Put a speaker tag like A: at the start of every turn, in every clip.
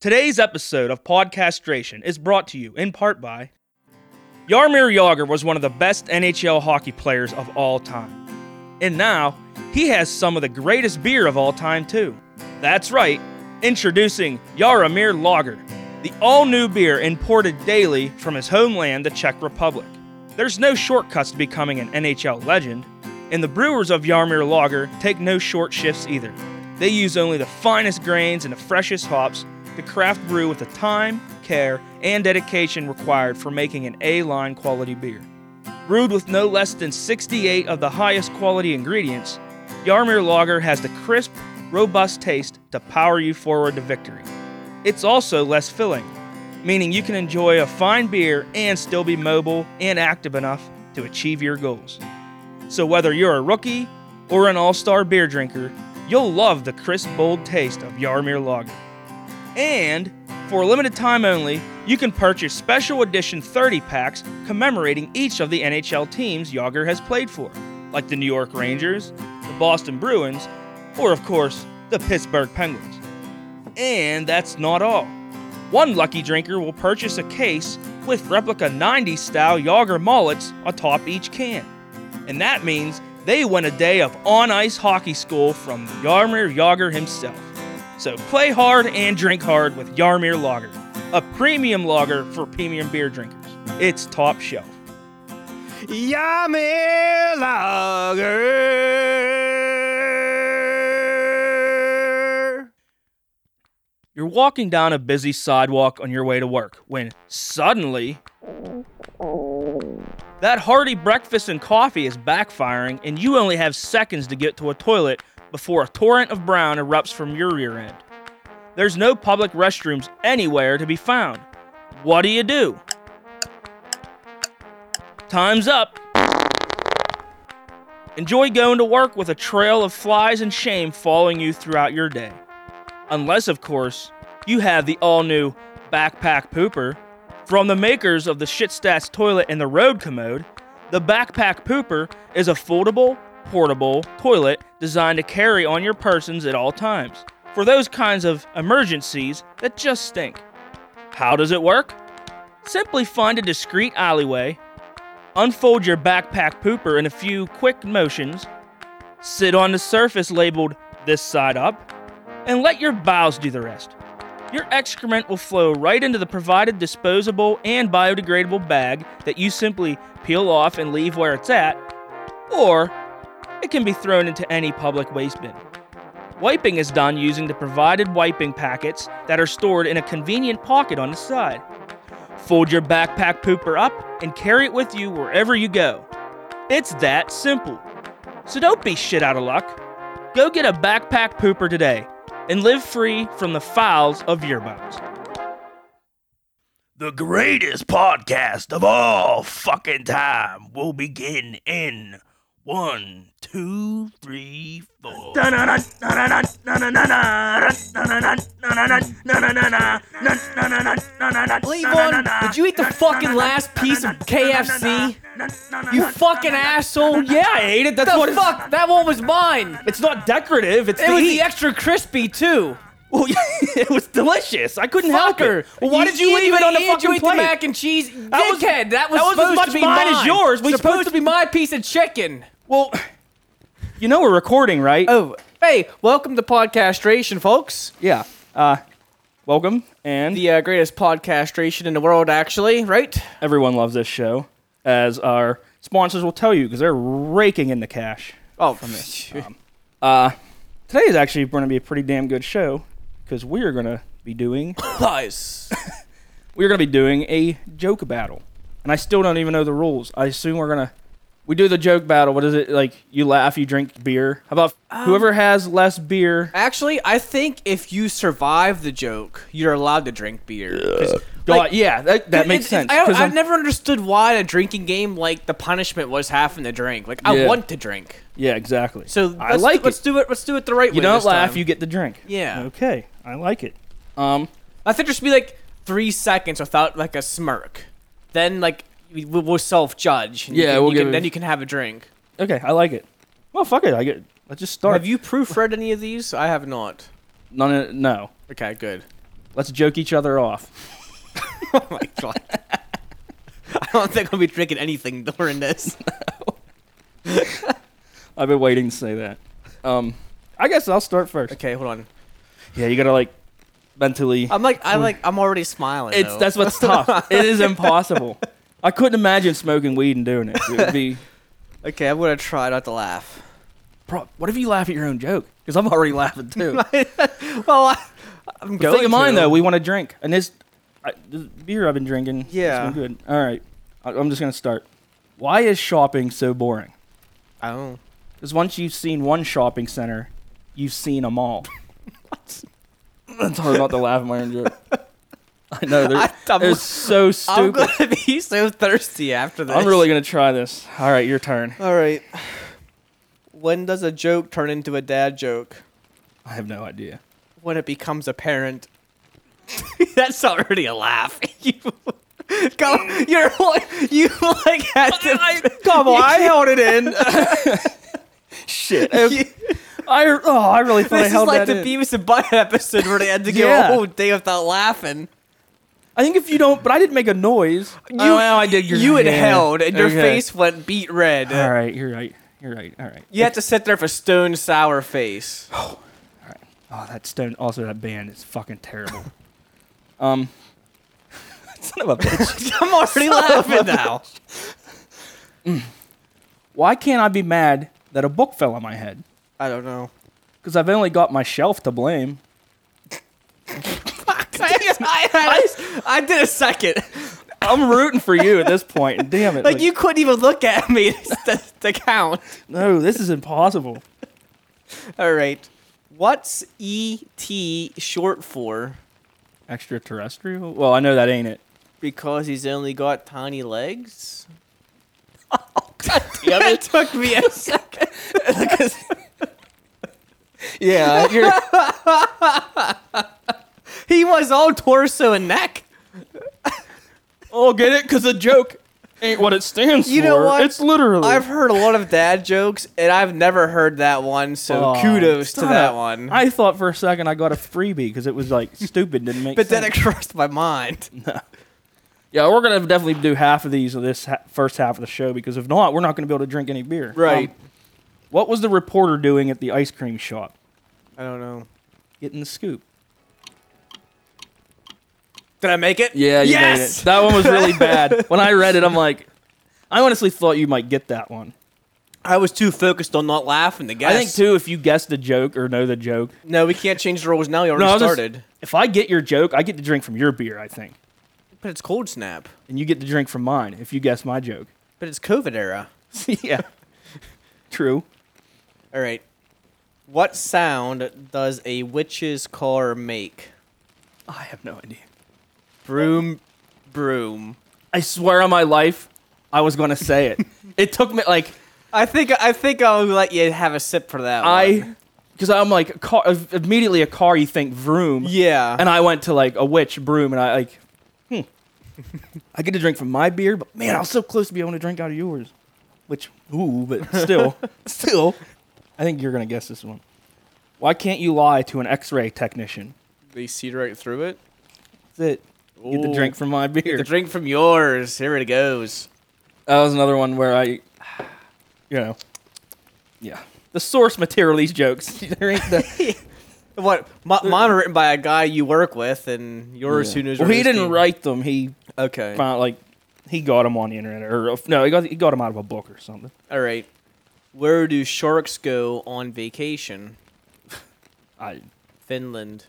A: Today's episode of Podcastration is brought to you in part by Yarmir Yager was one of the best NHL hockey players of all time. And now, he has some of the greatest beer of all time, too. That's right, introducing Yaramir Lager, the all new beer imported daily from his homeland, the Czech Republic. There's no shortcuts to becoming an NHL legend, and the brewers of Yarmir Lager take no short shifts either. They use only the finest grains and the freshest hops to craft brew with the time, care, and dedication required for making an A line quality beer. Brewed with no less than 68 of the highest quality ingredients, Yarmir Lager has the crisp, robust taste to power you forward to victory. It's also less filling, meaning you can enjoy a fine beer and still be mobile and active enough to achieve your goals. So whether you're a rookie or an all-star beer drinker, you'll love the crisp, bold taste of Yarmir Lager. And for a limited time only, you can purchase special edition 30 packs commemorating each of the NHL teams Yager has played for, like the New York Rangers, the Boston Bruins, or of course, the Pittsburgh Penguins. And that's not all. One lucky drinker will purchase a case with replica 90s style Yager mullets atop each can. And that means they win a day of on ice hockey school from Yarmir Yager himself. So play hard and drink hard with Yarmir Lager, a premium lager for premium beer drinkers. It's top shelf.
B: Yamir Lager.
A: You're walking down a busy sidewalk on your way to work when suddenly that hearty breakfast and coffee is backfiring, and you only have seconds to get to a toilet before a torrent of brown erupts from your rear end. There's no public restrooms anywhere to be found. What do you do? Time's up. Enjoy going to work with a trail of flies and shame following you throughout your day. Unless, of course, you have the all new Backpack Pooper. From the makers of the Shitstats toilet and the road commode, the Backpack Pooper is a foldable, portable toilet designed to carry on your persons at all times for those kinds of emergencies that just stink. How does it work? Simply find a discreet alleyway, unfold your backpack pooper in a few quick motions, sit on the surface labeled this side up, and let your bowels do the rest. Your excrement will flow right into the provided disposable and biodegradable bag that you simply peel off and leave where it's at, or it can be thrown into any public waste bin. Wiping is done using the provided wiping packets that are stored in a convenient pocket on the side. Fold your backpack pooper up and carry it with you wherever you go. It's that simple. So don't be shit out of luck. Go get a backpack pooper today and live free from the fouls of your box.
B: The greatest podcast of all fucking time will begin in one, two, three, four.
C: Levon, did you eat the fucking last piece of KFC? You fucking asshole! Yeah,
A: I ate it. That's
C: the fuck? That one was mine.
A: It's not decorative. It's
C: It was the extra crispy too.
A: Well, it was delicious. I couldn't help
C: Fucker!
A: it. Well, why did you, leave
C: even
A: it on the
C: ate-
A: fucking
C: you ate
A: plate?
C: the mac and cheese? That
A: was-
C: Dickhead, that was
A: that was as
C: supposed
A: much
C: to be
A: mine as yours. We
C: supposed,
A: supposed-
C: to be my piece of chicken.
A: well, you know we're recording, right?
C: Oh, hey, welcome to Podcastration, folks.
A: yeah. Uh, welcome, and
C: The uh, greatest podcastration in the world, actually, right?
A: everyone loves this show, as our sponsors will tell you because they're raking in the cash.
C: Oh, from this.
A: Uh, today is actually going to be a pretty damn good show because we are going to be doing
C: Lies.
A: we're going to be doing a joke battle, and I still don't even know the rules. I assume we're gonna we do the joke battle. What is it like? You laugh, you drink beer. How about
C: Um,
A: whoever has less beer?
C: Actually, I think if you survive the joke, you're allowed to drink beer. 'Cause,
A: Go
C: like,
A: on. yeah, that, that
C: it-
A: makes
C: it-
A: sense.
C: I,
A: 'cause
C: I've
A: I'm-
C: never understood why in a drinking game like the punishment was having to drink. Like I
A: Yeah.
C: want to drink,
A: yeah, exactly.
C: so
A: I
C: let's
A: like
C: do, let's
A: it.
C: do it. Let's do it the right way.
A: You don't
C: this
A: laugh,
C: time.
A: you get the drink.
C: Yeah.
A: Okay, I like it. Um,
C: I think there should be like three seconds without like a smirk. Then like we, we- we'll self judge.
A: Yeah,
C: you
A: we'll
C: can, you
A: give
C: can,
A: it-
C: then you can have a drink.
A: okay, I like it. Well, fuck it. I get. Let's just start.
C: Have you proofread any of these? I have not.
A: None. Of, no.
C: Okay, good.
D: Let's joke each other off.
C: oh my god. I don't think I'll be drinking anything during this.
A: I've been waiting to say that. Um, I guess I'll start first.
C: Okay, hold on.
A: Yeah, you gotta like mentally.
C: I'm like, I like, I'm already smiling.
A: It's
C: though.
A: that's what's tough. it is impossible. I couldn't imagine smoking weed and doing it. It would be.
C: okay. I'm gonna try not to laugh.
A: Bro, what if you laugh at your own joke? Because I'm already laughing too.
C: well, I, I'm
A: But
C: going.
A: think of mine
C: to.
A: though. We want to drink, and this, I, this beer I've been drinking. it's
C: Yeah.
A: been good. All right, I, I'm just gonna start. Why is shopping so boring?
C: I don't.
A: Because once you've seen one shopping center, you've seen them all. It's hard not to laugh at my own joke. I know they're,
C: I- I'm-
A: they're so stupid.
C: I'm gonna be so thirsty after this.
A: I'm really gonna try this. All right, your turn.
C: All right. When does a joke turn into a dad joke?
A: I have no idea.
C: When it becomes apparent. That's already a laugh. you, come, you're you like had to.
A: Come on, I held it
C: in.
A: shit. I, oh, I really thought I
C: this is
A: held
C: like
A: that
C: the
A: in.
C: Beavis and Butt episode where they had to go "Oh,
A: Yeah.
C: a whole day without laughing.
A: I think if you don't, but I didn't make a noise. Oh, You,
C: Oh, you inhaled, and your
A: Okay.
C: face went beet red.
A: All right, you're right. You're right. All right.
C: You had to sit there with a stone sour face.
A: Oh, that stone. Also, that band is fucking terrible. um, son of a bitch.
C: I'm already laughing now.
A: Why can't I be mad that a book fell on my head?
C: I don't know.
A: Because I've only got my shelf to blame.
C: I, I, I did a second.
A: I'm rooting for you at this point. Damn it!
C: Like, you couldn't even look at me to, to count.
A: No, this is impossible.
C: All right. What's ET short for?
A: Extraterrestrial? Well, I know that ain't it.
C: Because he's only got tiny legs?
A: Oh, Damn
C: It took me a second.
A: Yeah, you're.
C: He was all torso and neck.
A: oh, get it? Because a joke ain't what it stands
C: You
A: for.
C: know what?
A: It's literally.
C: I've heard a lot of dad jokes, and I've never heard that one, so
A: Oh,
C: kudos to
A: son
C: that
A: of-
C: one.
A: I thought for a second I got a freebie because it was like stupid, didn't make
C: but
A: sense.
C: then it crossed my mind.
A: yeah, we're gonna definitely do half of these of this ha- first half of the show because if not, we're not gonna be able to drink any beer. Um, what was the reporter doing at the ice cream shop?
C: I don't know.
A: Getting the scoop.
C: Did I make it?
A: Yeah, you
C: yes!
A: made it. That one was really bad. When I read it, I'm like, I honestly thought you might get that one.
C: I was too focused on not laughing to guess.
A: I think too, if you guess the joke or know the joke,
C: No, we can't change the rules now. You already
A: I was just-
C: started.
A: if I get your joke, I get to drink from your beer, I think,
C: But it's cold snap.
A: and you get to drink from mine if you guess my joke.
C: But it's COVID era.
A: yeah, true.
C: All right. What sound does a witch's car make?
A: I have no idea.
C: Broom, broom.
A: I swear on my life, I was gonna say it. it took me like
C: I think I think I'll let you have a sip for that. one.
A: I, because I'm like a car. Immediately a car, you think vroom.
C: yeah.
A: And I went to like a witch broom, and I like, hmm. I get to drink from my beer, but man, I was so close to be able to drink out of yours. Which, ooh, but still, still, I think you're gonna guess this one. Why can't you lie to an X-ray technician?
C: they see right through it.
A: That's it. Get to
C: Ooh.
A: drink from my beer.
C: The drink from yours. Here it goes.
A: That was another one where I, you know, yeah. The source material of these jokes. there ain't the,
C: What? Mi- mine were written by a guy you work with, and yours who knows.
A: Well,
C: where
A: he
C: his
A: didn't
C: name-
A: write them. He
C: Okay.
A: found like he got them on the internet, or uh, no, he got he got them out of a book or something.
C: All right. Where do sharks go on vacation?
A: I
C: Finland.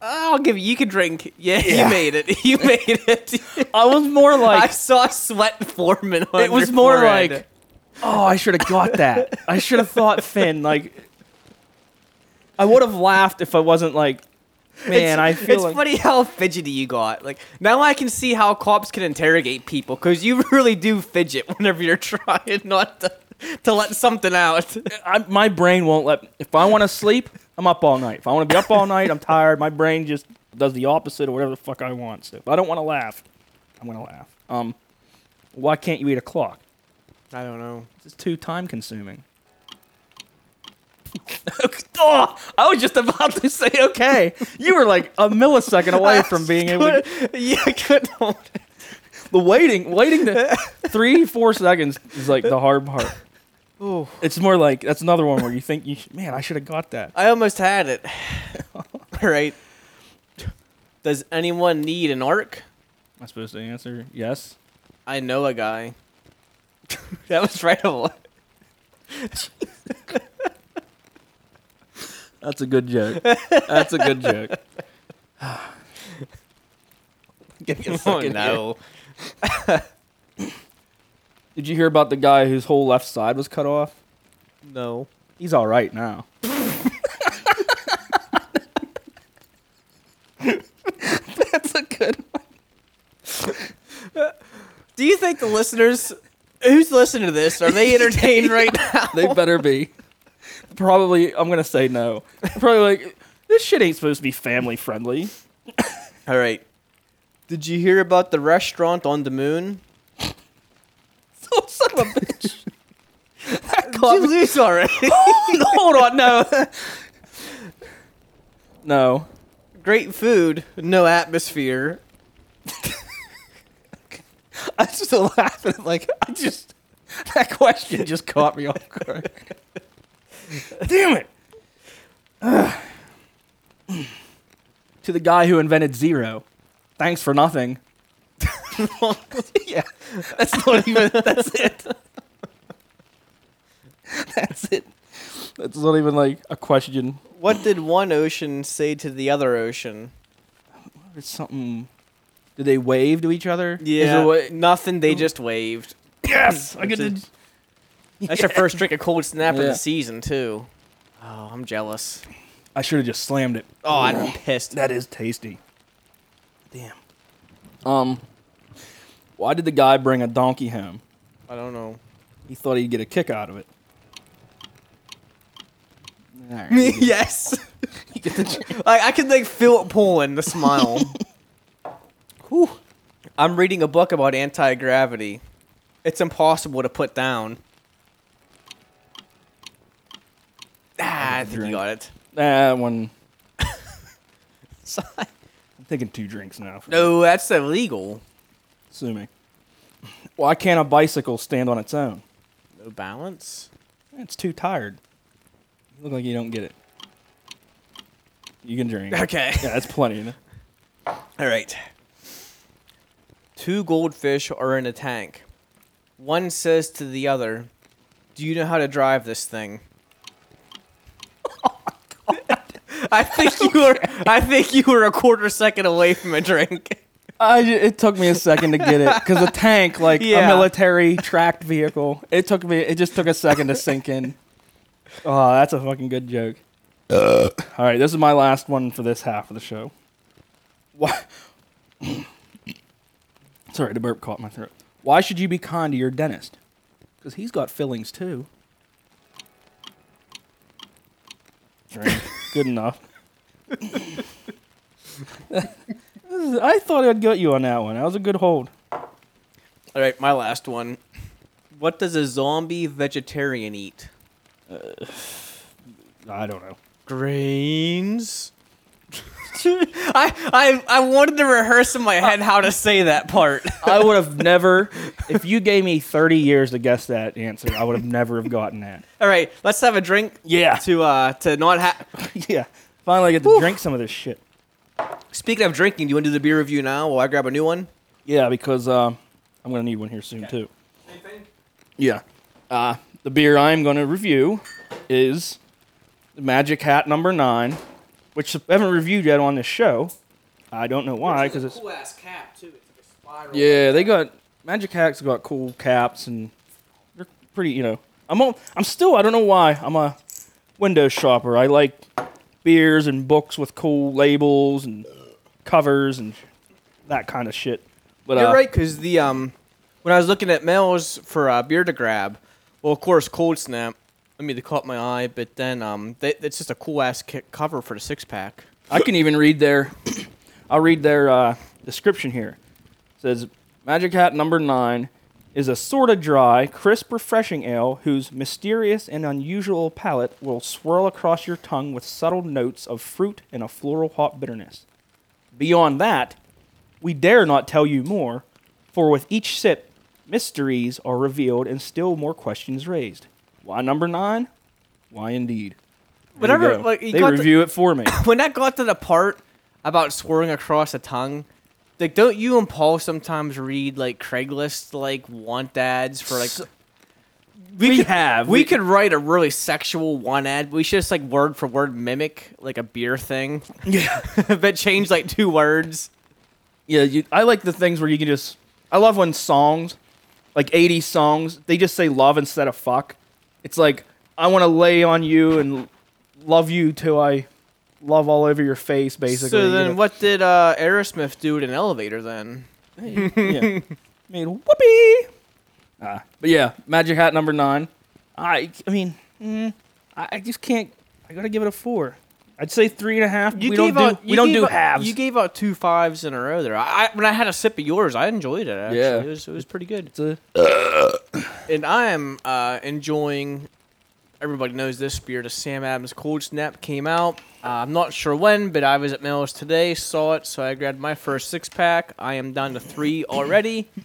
C: I'll give you. You can drink. Yeah,
A: Yeah.
C: you made it. You made it.
A: I was more
C: I
A: like
C: saw sweat forming on
A: it was
C: your
A: more
C: forehead.
A: like oh I should have got that. I should have thought Finn like I would have laughed if I wasn't like man
C: It's-
A: I feel
C: it's
A: like
C: funny how fidgety you got. Like now, I can see how cops can interrogate people because you really do fidget whenever you're trying not to, to let something out.
A: I, my brain won't let if I want to sleep I'm up all night. If I want to be up all night I'm tired. My brain just does the opposite or whatever the fuck I want. So if I don't want to laugh, I'm gonna laugh. Um, why can't you eat a clock?
C: I don't know.
A: It's too time consuming. oh, I was just about to say okay. You were like a millisecond away from being able. To,
C: yeah, I couldn't hold it.
A: the waiting, waiting to three, four seconds is like the hard part. It's more like that's another one where you think you sh- man, I should have got that.
C: I almost had it. All right. Does anyone need an arc?
A: Am I supposed to answer yes?
C: I know a guy. that was right away.
A: That's a good joke. That's a good joke.
C: Give me a
A: second here.
C: no.
A: Did you hear about the guy whose whole left side was cut off?
C: No.
A: He's all right now. That's a good one.
C: Do you think the listeners who's listening to this are they entertained right now?
A: They better be. Probably, I'm gonna say no. Probably like this shit ain't supposed to be family friendly.
C: All right. Did you hear about the restaurant on the moon?
A: Oh, son of a bitch. That
C: Did
A: caught
C: you
A: me.
C: lose already?
A: Hold hold on, no. No.
C: Great food, no atmosphere.
A: I'm still laughing. Like I just that question just caught me off guard. Damn it! Ugh. to the guy who invented zero, thanks for nothing. yeah, that's not even. That's it. That's it. That's not even like a question.
C: What did one ocean say to the other ocean?
A: It's something. Do they wave to each other? Is
C: Yeah,
A: there wa-
C: nothing. They just waved.
A: yes, I get to.
C: That's your first drink of cold snap of
A: Yeah.
C: the season too. Oh, I'm jealous.
A: I should have just slammed it.
C: Oh, I'm pissed.
A: That is tasty. Damn. Um, why did the guy bring a donkey home?
C: I don't know.
A: He thought he'd get a kick out of it. All right.
C: yes. like I can like feel it pulling the smile. Whew. I'm reading a book about anti gravity. It's impossible to put down. Ah, I think you
A: drink.
C: got it.
A: That one.
C: So-
A: I'm thinking two drinks now. for-
C: No, that's illegal.
A: Sue me. Why can't a bicycle stand on its own?
C: No balance.
A: It's too tired. You look like you don't get it. You can drink. yeah,
C: Okay.
A: that's plenty. Enough.
C: All right. Two goldfish are in a tank. One says to the other, "Do you know how to drive this thing?" I think you were. I think you were a quarter second away from a drink.
A: I, ju- it took me a second to get it because a tank, like
C: Yeah.
A: a military tracked vehicle, it took me. It just took a second to sink in. Oh, that's a fucking good joke. All right, this is my last one for this half of the show. Why? Sorry, the burp caught my throat. Why should you be kind to your dentist? Because he's got fillings too. Drink. Good enough. I thought I'd get you on that one. That was a good hold.
C: All right, my last one. What does a zombie vegetarian eat?
A: I don't know.
C: Grains. I, I I wanted to rehearse in my head how to say that part.
A: I would have never, if you gave me 30 years to guess that answer, I would have never have gotten that.
C: All right, let's have a drink
A: Yeah.
C: to uh to not have.
A: Yeah. Finally, I get to drink some of this shit.
C: Speaking of drinking, do you want to do the beer review now while I grab a new one?
A: Yeah, because um, I'm going to need one here soon, too. Yeah. Uh, the beer I'm going to review is the Magic Hat number nine, which I haven't reviewed yet on this show. I don't know why, because it's.
C: ass cap too. It's like a spiral.
A: Yeah, they got Magic Hacks got cool caps and they're pretty, you know. I'm all, I'm still I don't know why I'm a window shopper. I like beers and books with cool labels and covers and that kind of shit. But
C: You're
A: uh,
C: right, because the um, when I was looking at mails for uh, beer to grab, well, of course, Cold Snap. I mean, they caught my eye, but then um, they, it's just a cool ass ki cover for the six pack.
A: I can even read their I'll read their uh, description here. It says Magic Hat number nine is a sort of dry, crisp, refreshing ale whose mysterious and unusual palate will swirl across your tongue with subtle notes of fruit and a floral hop bitterness. Beyond that, we dare not tell you more, for with each sip, mysteries are revealed and still more questions raised. Why number nine? Why indeed? There you
C: Whenever,
A: go.
C: like, you
A: they
C: got the-
A: review it for me.
C: when I got to the part about swirling across the tongue, like don't you and Paul sometimes read like Craigslist like want ads for like
A: we have.
C: we could write a really sexual one ad. We should just like word for word mimic like a beer thing,
A: Yeah.
C: but change like two words.
A: Yeah, you, I like the things where you can just. I love when songs, like 80 songs, they just say love instead of fuck. It's like, I want to lay on you and love you till I love all over your face, basically.
C: so
A: you
C: then,
A: know?
C: what did uh, Aerosmith do at an elevator then?
A: yeah. Made whoopee. Uh, but yeah, Magic Hat number nine. I, I mean, mm, I, I just can't. I gotta give it a four. I'd say three and a half. but we don't do
C: out-
A: we
C: you
A: don't
C: gave
A: do
C: out-
A: halves.
C: You gave out two fives in a row there. I, I when I had a sip of yours, I enjoyed it. Actually.
A: Yeah.
C: it was, it was pretty good.
A: It's a-
C: And I am uh, enjoying. Everybody knows this beer. The Sam Adams Cold Snap came out. Uh, I'm not sure when, but I was at Mills today, saw it, so I grabbed my first six pack. I am down to three already.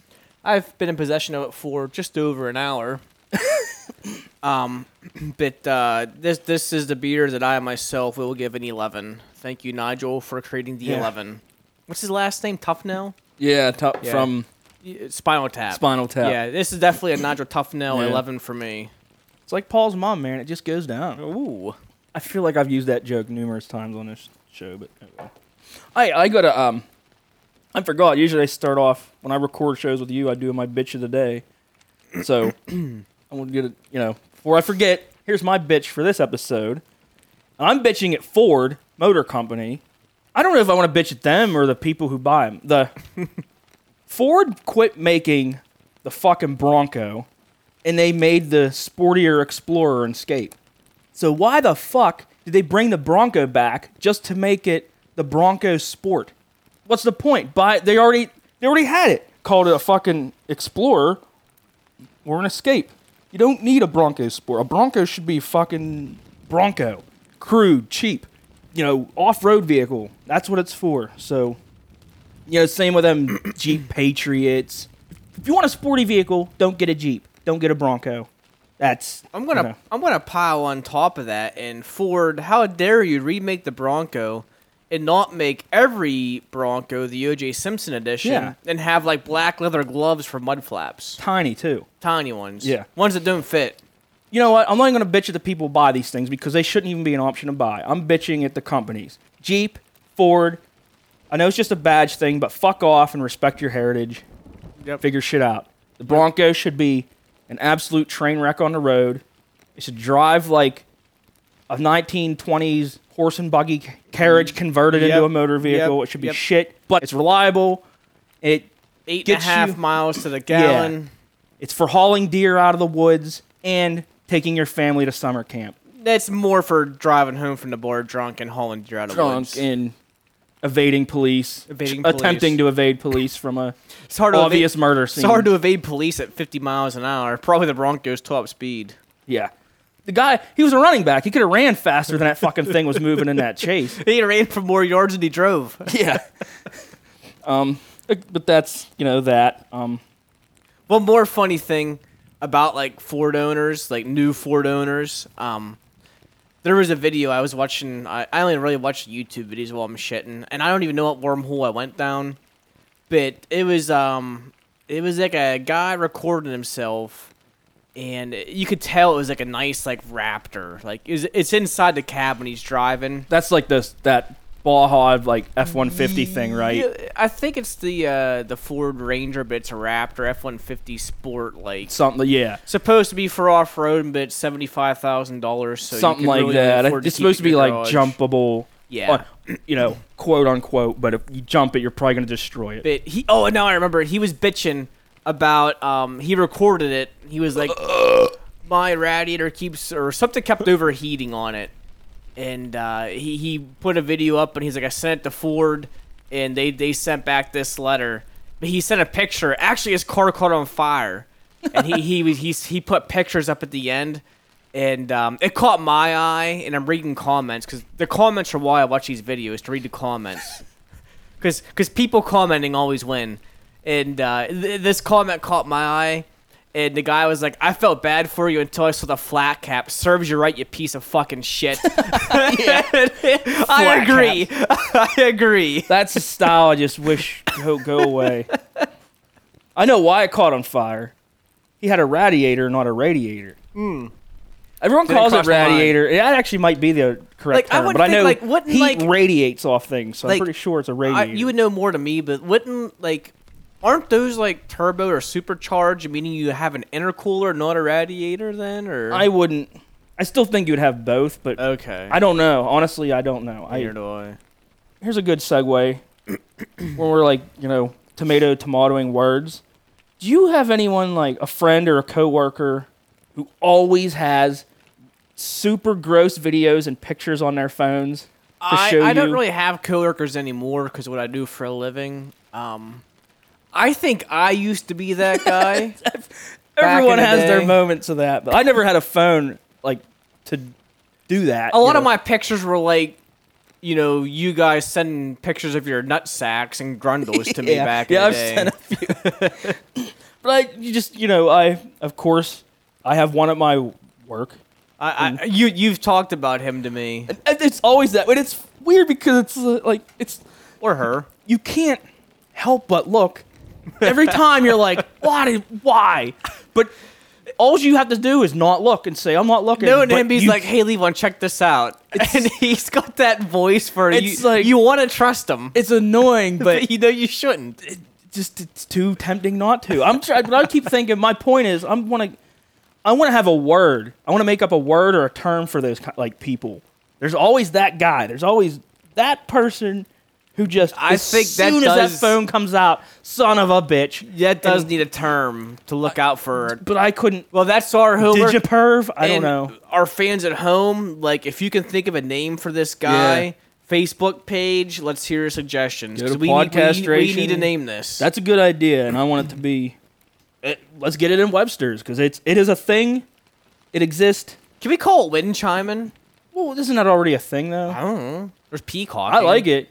C: I've been in possession of it for just over an hour. um, but uh, this this is the beer that I myself will give an 11. Thank you, Nigel, for creating the
A: Yeah.
C: 11. What's his last name? Tuffnell?
A: yeah, top
C: Yeah.
A: from
C: Y- uh, Spinal Tap.
A: Spinal Tap.
C: Yeah, this is definitely a Nigel Tuffnell
A: Yeah.
C: 11 for me.
A: It's like Paul's mom, man. It just goes down.
C: Ooh.
A: I feel like I've used that joke numerous times on this show, but oh well. I I gotta um, I forgot. Usually I start off when I record shows with you. I do my bitch of the day, so I'm gonna get it. You know, before I forget, here's my bitch for this episode. I'm bitching at Ford Motor Company. I don't know if I want to bitch at them or the people who buy them. The Ford quit making the fucking Bronco, and they made the sportier Explorer and Escape. So why the fuck did they bring the Bronco back just to make it the Bronco Sport? What's the point? Buy they already they already had it. Called it a fucking Explorer or an Escape. You don't need a Bronco Sport. A Bronco should be fucking Bronco, crude, cheap, you know, off-road vehicle. That's what it's for. So, you know, same with them Jeep Patriots. If you want a sporty vehicle, don't get a Jeep. Don't get a Bronco. That's
C: I'm
A: you
C: gonna
A: know.
C: I'm gonna pile on top of that and Ford, how dare you remake the Bronco and not make every Bronco the OJ Simpson edition
A: Yeah.
C: and have like black leather gloves for mud flaps.
A: tiny too.
C: Tiny ones.
A: Yeah.
C: Ones that don't fit.
A: you know what? I'm not even going to bitch at the people who buy these things because they shouldn't even be an option to buy. I'm bitching at the companies. Jeep, Ford. I know it's just a badge thing, but fuck off and respect your heritage.
C: Yep.
A: Figure shit out. The Bronco should be an absolute train wreck on the road. It should drive like a 1920s horse and buggy c- carriage converted
C: Yep.
A: into a motor vehicle.
C: Yep.
A: It should be
C: Yep.
A: shit, but it's reliable. It
C: Eight and a
A: Gets
C: half
A: you-
C: miles to the gallon.
A: it's for hauling deer out of the woods and taking your family to summer camp.
C: That's more for driving home from the bar drunk and hauling deer out of
A: drunk
C: woods.
A: and evading police,
C: Evading
A: tr- attempting
C: police.
A: to evade police from a
C: it's hard to
A: obvious
C: evade,
A: murder
C: It's
A: scene.
C: hard to evade police at 50 miles an hour. Probably the Bronco's top speed.
A: yeah, the guy he was a running back. He could have ran faster than that fucking thing was moving in that chase.
C: He ran for more yards than he drove.
A: Yeah. um, but that's you know that. Um,
C: One more funny thing about like Ford owners, like new Ford owners. Um, there was a video I was watching. I, I only really watch YouTube videos while I'm shitting, and I don't even know what wormhole I went down. But it was um, it was like a guy recording himself, and you could tell it was like a nice like Raptor. Like it's, it's inside the cab when he's driving.
A: that's like this that ball hog like F one fifty thing, right?
C: Yeah, I think it's the uh, the Ford Ranger, but it's a Raptor F one fifty Sport like.
A: Something, yeah.
C: supposed to be for off road, but seventy five thousand dollars. So you
A: something
C: can
A: like
C: really
A: that.
C: afford
A: It's
C: keep it
A: supposed to
C: in
A: be
C: your
A: like
C: garage.
A: jumpable,
C: Yeah.
A: uh, you know, quote unquote. But if you jump it, you're probably gonna destroy it.
C: But he. Oh, now I remember. He was bitching about. Um, he recorded it. He was like, my radiator keeps or something kept overheating on it, and uh, he he put a video up and he's like, I sent it to Ford, and they they sent back this letter. But he sent a picture. Actually, his car caught on fire. and he he was he's, he put pictures up at the end, and um, it caught my eye. And I'm reading comments because the comments are why I watch these videos to read the comments, because people commenting always win. And uh, th- this comment caught my eye, and the guy was like, "I felt bad for you until I saw the flat cap. Serves you right, you piece of fucking shit." I agree. I agree.
A: That's a style I just wish go go away. I know why it caught on fire. He had a radiator, not a radiator. Everyone
C: Hmm. Didn't
A: calls it
C: cross the line.
A: radiator. It actually might be the correct
C: Like, I
A: term,
C: would
A: but I
C: think,
A: know
C: like, wouldn't,
A: heat
C: like-
A: radiates off things, so
C: like,
A: I'm pretty sure it's a
C: I,
A: radiator.
C: you would know more to me, but wouldn't like aren't those like turbo or supercharged, meaning you have an intercooler, not a radiator then or
A: I wouldn't. I still think you'd have both, but
C: Okay.
A: I don't know. Honestly, I don't know. I,
C: Neither do I.
A: here's a good segue when we're like you know tomato tomatoing words do you have anyone like a friend or a coworker who always has super gross videos and pictures on their phones to
C: I,
A: show
C: I don't
A: you
C: really have coworkers anymore because what I do for a living. Um I think I used to be that guy. back
A: everyone
C: in the
A: has their
C: day.
A: moments of that but i never had a phone like to do that
C: a
A: you
C: lot of
A: know.
C: my pictures were like you know, you guys sending pictures of your nut sacks and grundles to me
A: yeah,
C: back in
A: yeah
C: the
A: i've
C: day.
A: sent a few but i you just you know i of course i have one at my work
C: I, I, you you've talked about him to me
A: And it's always that but it's weird because it's uh, like it's
C: or her.
A: you can't help but look. Every time you're like, why? Did, why? But all you have to do is not look and say, I'm not looking.
C: No, and
A: but
C: MB's
A: you-
C: like, "Hey, Levon, check this out," and he's got that voice for
A: It's
C: you.
A: like-
C: you want to trust him,
A: it's annoying, but
C: but you know you shouldn't.
A: just it's too tempting not to. I'm trying, but I keep thinking. My point is, I'm want to, I want to have a word. I want to make up a word or a term for those ki- like people. There's always that guy. There's always that person who just.
C: I
A: as
C: think that
A: soon as that
C: does-
A: phone comes out, son of a bitch.
C: That does
A: And-
C: need a term to look out for.
A: But I couldn't.
C: Well, that's our homework.
A: Did you perv? I don't
C: and
A: know.
C: Our fans at home, like, if you can think of a name for this guy,
A: Yeah.
C: Facebook page. Let's hear your suggestions.
A: Go to
C: 'cause we, need- we, we need to
A: Podcastration.
C: name this.
A: That's a good idea, and I want it to be. It, let's get it in Webster's because it's it is a thing. It exists.
C: can we call it wind chiming?
A: Well, isn't that already a thing though?
C: I
A: I,
C: don't know. There's peacock.
A: like it.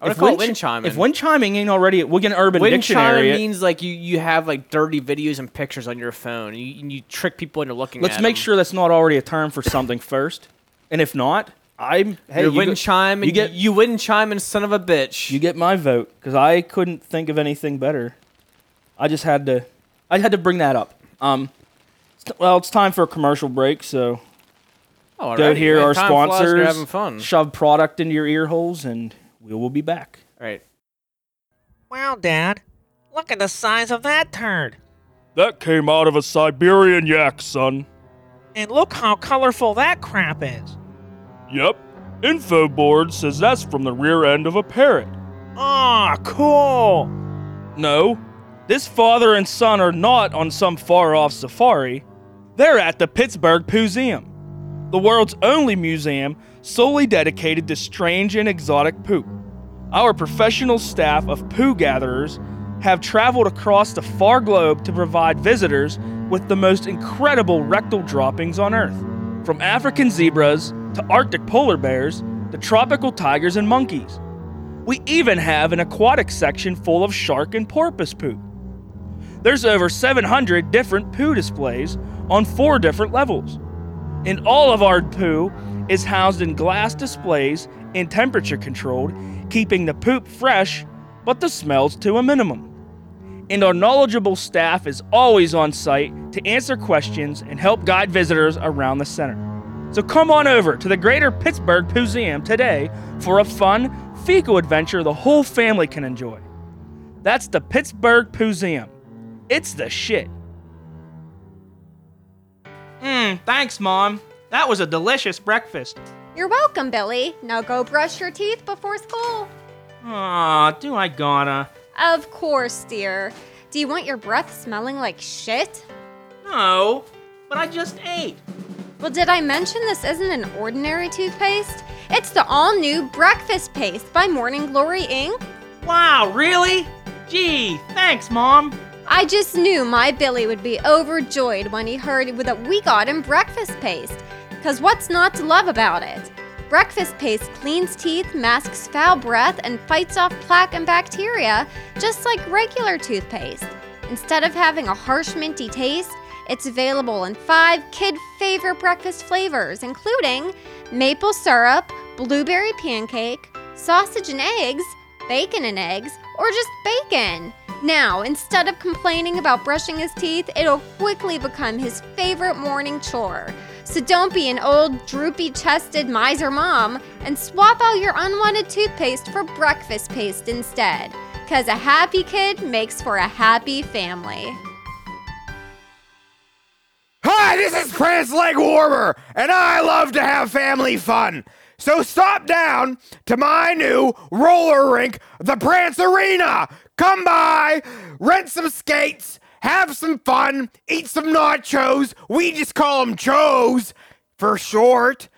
C: I would call it
A: chi-
C: wind chiming.
A: If wind chiming ain't already, we'll get an urban
C: Wind
A: dictionary.
C: chime
A: it.
C: means like you, you have like dirty videos and pictures on your phone. and You, and you trick people into looking.
A: Let's
C: at
A: make
C: them.
A: sure that's not already a term for something first, and if not, I'm hey
C: your
A: you
C: wind
A: go-
C: chime. And
A: you
C: you
A: get-
C: get you wind chime and son of a bitch.
A: You get my vote because I couldn't think of anything better. I just had to, I had to bring that up. Um, it's- well, it's time for a commercial break, so
C: oh,
A: Go
C: alrighty,
A: hear
C: man,
A: our
C: time flies when
A: sponsors.
C: You're having fun.
A: Shove product into your ear holes, and we will be back.
C: All right.
E: Wow, Dad, look at the size of that turd.
B: That came out of a Siberian yak, son.
E: And look how colorful that crap is.
B: Yep. Info board says that's from the rear end of a parrot.
E: Aw, Ah, cool.
A: No, this father and son are not on some far off safari. They're at the Pittsburgh Museum, the world's only museum solely dedicated to strange and exotic poop. Our professional staff of poo gatherers have traveled across the far globe to provide visitors with the most incredible rectal droppings on Earth. From African zebras to Arctic polar bears to tropical tigers and monkeys. We even have an aquatic section full of shark and porpoise poop. There's over 700 different poo displays on four different levels. And all of our poo is housed in glass displays and temperature controlled, keeping the poop fresh but the smells to a minimum. And our knowledgeable staff is always on site to answer questions and help guide visitors around the center. So come on over to the Greater Pittsburgh Museum today for a fun, fecal adventure the whole family can enjoy. That's the Pittsburgh Museum. It's the shit. Mmm, thanks, Mom. That was a delicious breakfast.
F: You're welcome, Billy. Now go brush your teeth before school.
A: Aw, do I gotta?
F: Of course, dear. Do you want your breath smelling like shit?
A: No, but I just ate.
F: Well, did I mention this isn't an ordinary toothpaste? It's the all new Breakfast Paste by Morning Glory Inc.
A: Wow, really? Gee, thanks, Mom.
F: I just knew my Billy would be overjoyed when he heard that we got him breakfast paste. Because what's not to love about it? Breakfast paste cleans teeth, masks foul breath, and fights off plaque and bacteria, just like regular toothpaste. Instead of having a harsh minty taste, it's available in five kid favorite breakfast flavors, including maple syrup, blueberry pancake, sausage and eggs, bacon and eggs, or just bacon. Now, instead of complaining about brushing his teeth, it'll quickly become his favorite morning chore. So don't be an old, droopy chested miser mom and swap out your unwanted toothpaste for breakfast paste instead. Because a happy kid makes for a happy family.
G: Hi, this is Prince Leg Warmer, and I love to have family fun. So stop down to my new roller rink, the Prance Arena. Come by, rent some skates, have some fun, eat some nachos. We just call them Joes for short.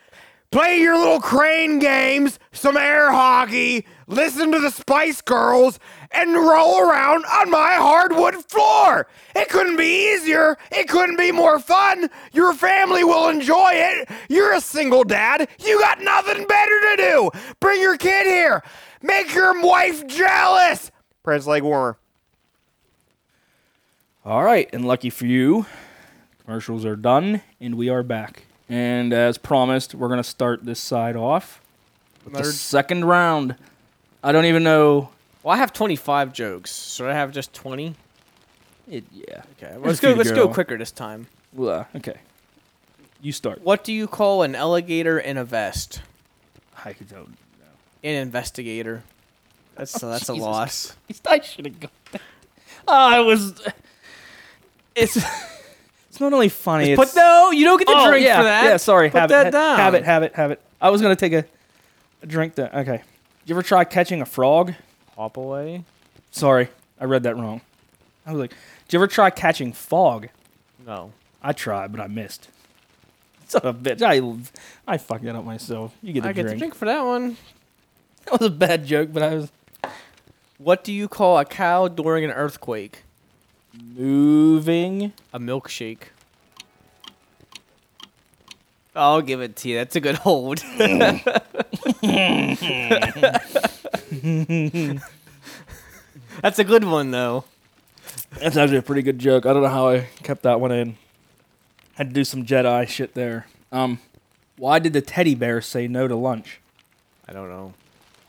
G: Play your little crane games, some air hockey, listen to the Spice Girls, and roll around on my hardwood floor. It couldn't be easier. It couldn't be more fun. Your family will enjoy it. You're a single dad. You got nothing better to do. Bring your kid here. Make your wife jealous. Prince Leg Warmer.
A: All right, and lucky for you, commercials are done and we are back. And as promised, we're going to start this side off with the second round. I don't even know.
C: Well, I have 25 jokes. Should I have just 20?
A: It, yeah.
C: Okay,
A: Let's
C: let's
A: do
C: go.
A: the
C: Let's go
A: girl.
C: quicker this time.
A: Blah. Okay. You start.
C: What do you call an alligator in a vest?
A: I don't.
C: An investigator. That's that's a
A: Jesus
C: loss.
A: I should have got that. Oh, it was. It's. It's not only funny.
C: But
A: it's,
C: no, you don't get the
A: Oh,
C: drink
A: yeah,
C: for that.
A: Yeah, sorry.
C: Put
A: have
C: that
A: it, ha-
C: down.
A: Have it. Have it. Have it. I was gonna take a, a drink. That okay. You ever try catching a frog?
C: Hop away.
A: Sorry, I read that wrong. I was like, "Did you ever try catching fog?"
C: No.
A: I tried, but I missed. Son of a bitch! I I fucked that up myself. You get the
C: I get
A: drink.
C: the drink for that one.
A: That was a bad joke, but I was
C: What do you call a cow during an earthquake?
A: moving.
C: A milkshake. I'll give it to you. That's a good hold. That's a good one though.
A: That's actually a pretty good joke. I don't know how I kept that one in. Had to do some Jedi shit there. Um, why did the teddy bear say no to lunch?
C: I don't know.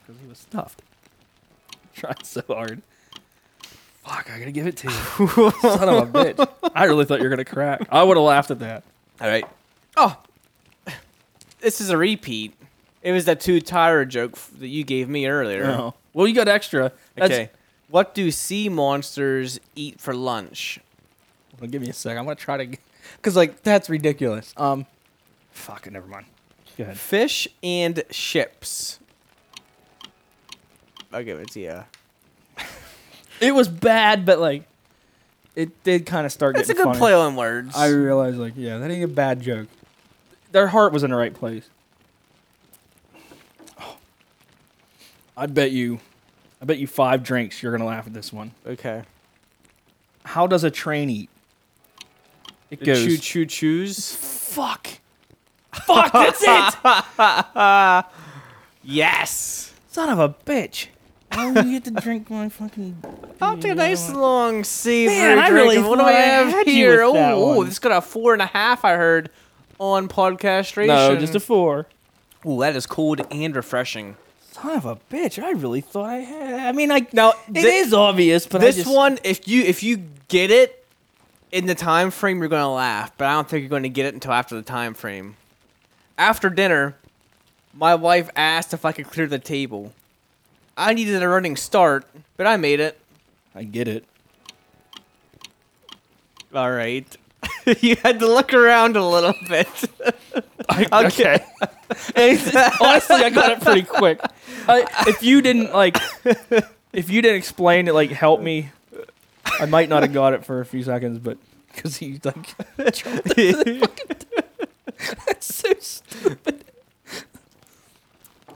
A: Because he was stuffed. Tried so hard. Fuck, I gotta give it to you. Son of a bitch. I really thought you were gonna crack. I would have laughed at that.
C: All right. Oh, this is a repeat. It was that two tire joke f- that you gave me earlier.
A: No. Well, you got extra. That's-
C: Okay. What do sea monsters eat for lunch?
A: Well, give me a sec. I'm gonna try to, because like that's ridiculous. Um, fuck it. Never mind. Go ahead.
C: Fish and ships. I'll give it to you.
A: It was bad, but like, it did kind of start.
C: That's a
A: getting
C: good
A: funny.
C: play on words.
A: I realized, like, yeah, that ain't a bad joke. Their heart was in the right place. I bet you, I bet you five drinks you're gonna laugh at this one.
C: okay.
A: How does a train eat? It goes.
C: Choo choo choos.
A: Fuck. Fuck. That's it.
C: Yes.
A: Son of a bitch. Oh, you get to drink my fucking.
C: That's a nice long savory
A: Man, I
C: drink.
A: really
C: And what do
A: thought
C: I
A: I
C: have
A: had you
C: here?
A: with that
C: Oh,
A: one.
C: this got a four and a half. I heard on podcast.
A: No, just a four.
C: Ooh, that is cold and refreshing.
A: Son of a bitch. I really thought I had. I mean, like now it is
C: thi-
A: obvious, but I
C: this
A: just-
C: one, if you if you get it in the time frame, you're gonna laugh. But I don't think you're gonna get it until after the time frame. After dinner, my wife asked if I could clear the table. I needed a running start, but I made it.
A: I get it.
C: All right. you had to look around a little bit. okay.
A: Honestly, I got it pretty quick. I, if you didn't like, if you didn't explain it, like help me, I might not have got it for a few seconds, but because he's like, that's so stupid.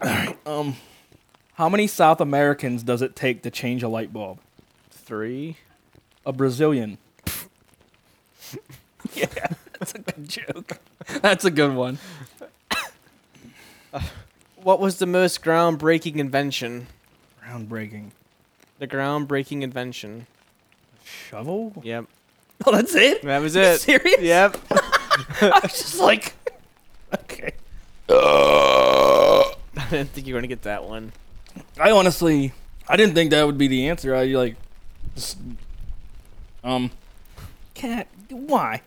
A: All right. Um, how many South Americans does it take to change a light bulb?
C: Three.
A: a Brazilian.
D: That's a good joke. That's a good one.
C: What was the most groundbreaking invention?
A: Groundbreaking.
C: The groundbreaking invention.
A: Shovel?
C: Yep.
D: Oh, that's it?
C: That was it.
D: serious?
C: Yep.
D: I was just like, okay.
C: I didn't think you were gonna get that one.
A: I honestly, I didn't think that would be the answer. I like, just, um, can't. Why?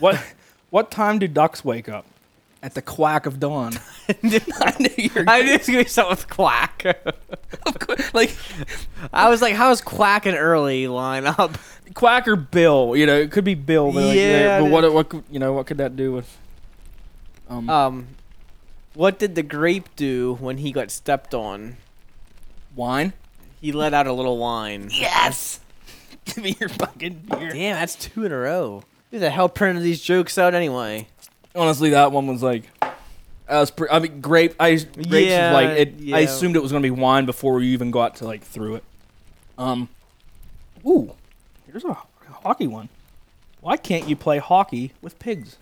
A: What? what time do ducks wake up? At the quack of dawn. I knew you were-
C: I knew it was gonna be something with quack.
A: like
C: I was like, how's quack and early line up?
A: quack or Bill. You know, it could be Bill. But like,
C: Yeah,
A: but
C: it
A: what?
C: is.
A: What? could- You know, what could that do with? Um,
C: Um, what did the grape do when he got stepped on?
A: wine.
C: He let out a little wine.
D: Yes! Give me your fucking beer.
C: Damn, that's two in a row. Who the hell printed these jokes out anyway?
A: Honestly, that one was like. I was pre- I mean, grape. I grapes
C: Yeah,
A: is like it.
C: yeah.
A: I assumed it was gonna be wine before you even got to like through it. Um, ooh, here's a hockey one. Why can't you play hockey with pigs?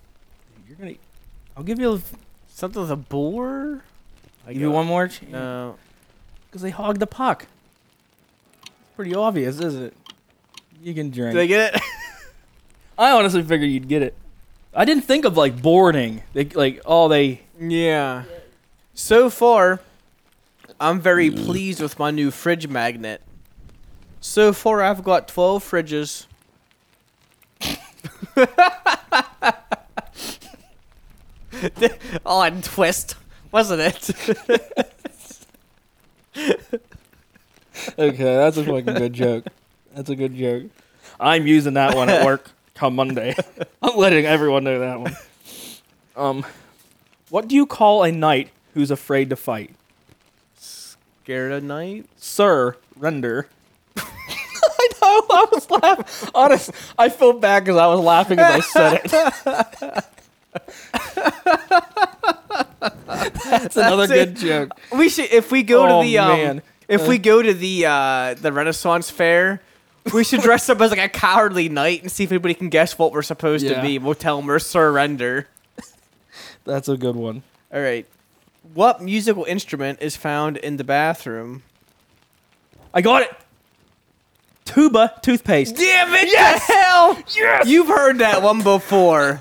A: You're gonna. I'll give you. A,
C: Something with a boar? I
A: give you one more.
C: No.
A: Because they hog the puck. Pretty obvious, is it? You can drink.
C: Did I get it?
A: I honestly figured you'd get it. I didn't think of like boarding. They, like oh they.
C: yeah. So far, I'm very pleased with my new fridge magnet. So far, I've got 12 fridges. Odd twist, wasn't it?
A: Okay, that's a fucking good joke. That's a good joke. I'm using that one at work come Monday. I'm letting everyone know that one. Um, what do you call a knight who's afraid to fight?
C: Scared of night?
A: Sir, render. I know. I was laughing. Honest, I feel bad because I was laughing as I said it. That's, another
C: That's it.
A: good joke.
C: We should if we go
A: Oh,
C: to the um,
A: man.
C: if we go to the uh, the Renaissance fair, we should dress up as like a cowardly knight and see if anybody can guess what we're supposed
A: Yeah.
C: to be. We'll tell them we're surrender.
A: That's a good one.
C: All right. What musical instrument is found in the bathroom?
A: I got it. Tuba toothpaste.
C: Damn it! Yes! Hell!
B: Yes!
C: You've heard that one before.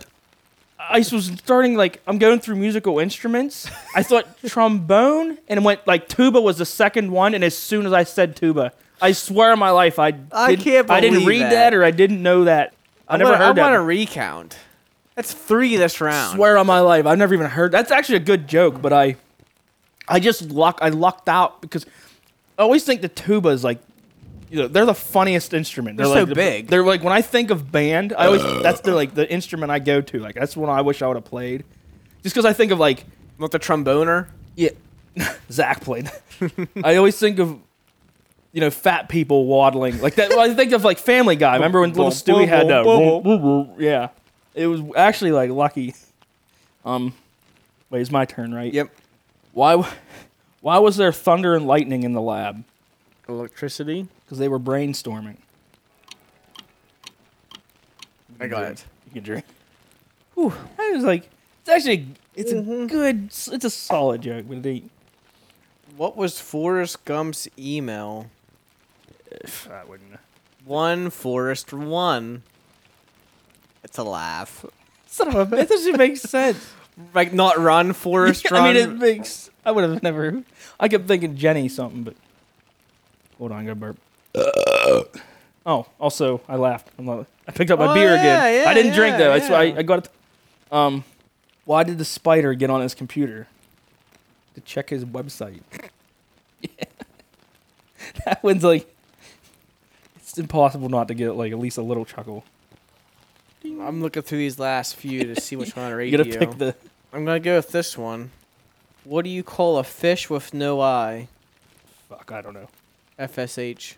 A: I was starting like I'm going through musical instruments. I thought trombone and it went like tuba was the second one, and as soon as I said tuba, I swear on my life I didn't,
C: I can't
A: I didn't
C: believe
A: read that.
C: that.
A: or I didn't know that. I, never
C: wanna-
A: heard
C: I want to
A: that.
C: recount. That's three this round.
A: swear on my life, I've never even heard. That's actually a good joke, but I, I just luck I lucked out because I always think the tuba is like. You know, they're the funniest instrument. They're,
C: They're
A: like
C: so
A: the-
C: big.
A: They're like when I think of band, I always that's the like the instrument I go to. Like that's one I wish I would have played, just because I think of like
C: Not the tromboner.
A: Yeah. Zach played. I always think of you know fat people waddling like that. Well, I think of like Family Guy. Remember when little Stewie had that? yeah, it was actually like lucky. Um, wait, it's my turn, right?
C: Yep.
A: Why? w- Why was there thunder and lightning in the lab?
C: Electricity.
A: Because they were brainstorming.
C: I got it.
A: You can drink. Whew, I was like, it's actually it's a good, it's a solid joke, but it ain't.
C: What was Forrest Gump's email?
A: I wouldn't.
C: One Forrest one. It's a laugh.
A: Son of a bitch, that doesn't make sense.
C: Like not run Forrest
A: Yeah,
C: run.
A: I mean, it makes. I would have never. I kept thinking Jenny something, but hold on, I got to burp. oh, also, I laughed. I'm not, I picked up my
C: Uh. Oh,
A: beer
C: yeah,
A: again.
C: yeah,
A: I didn't drink
C: yeah,
A: though. That's why I,
C: yeah.
A: I got it. Um, why did the spider get on his computer? To check his website. that one's like. It's impossible not to get like at least a little chuckle.
C: I'm looking through these last few to see which one I read
A: You gotta
C: you.
A: pick the.
C: I'm gonna go with this one. What do you call a fish with no eye?
A: Fuck, I don't know.
C: FSH.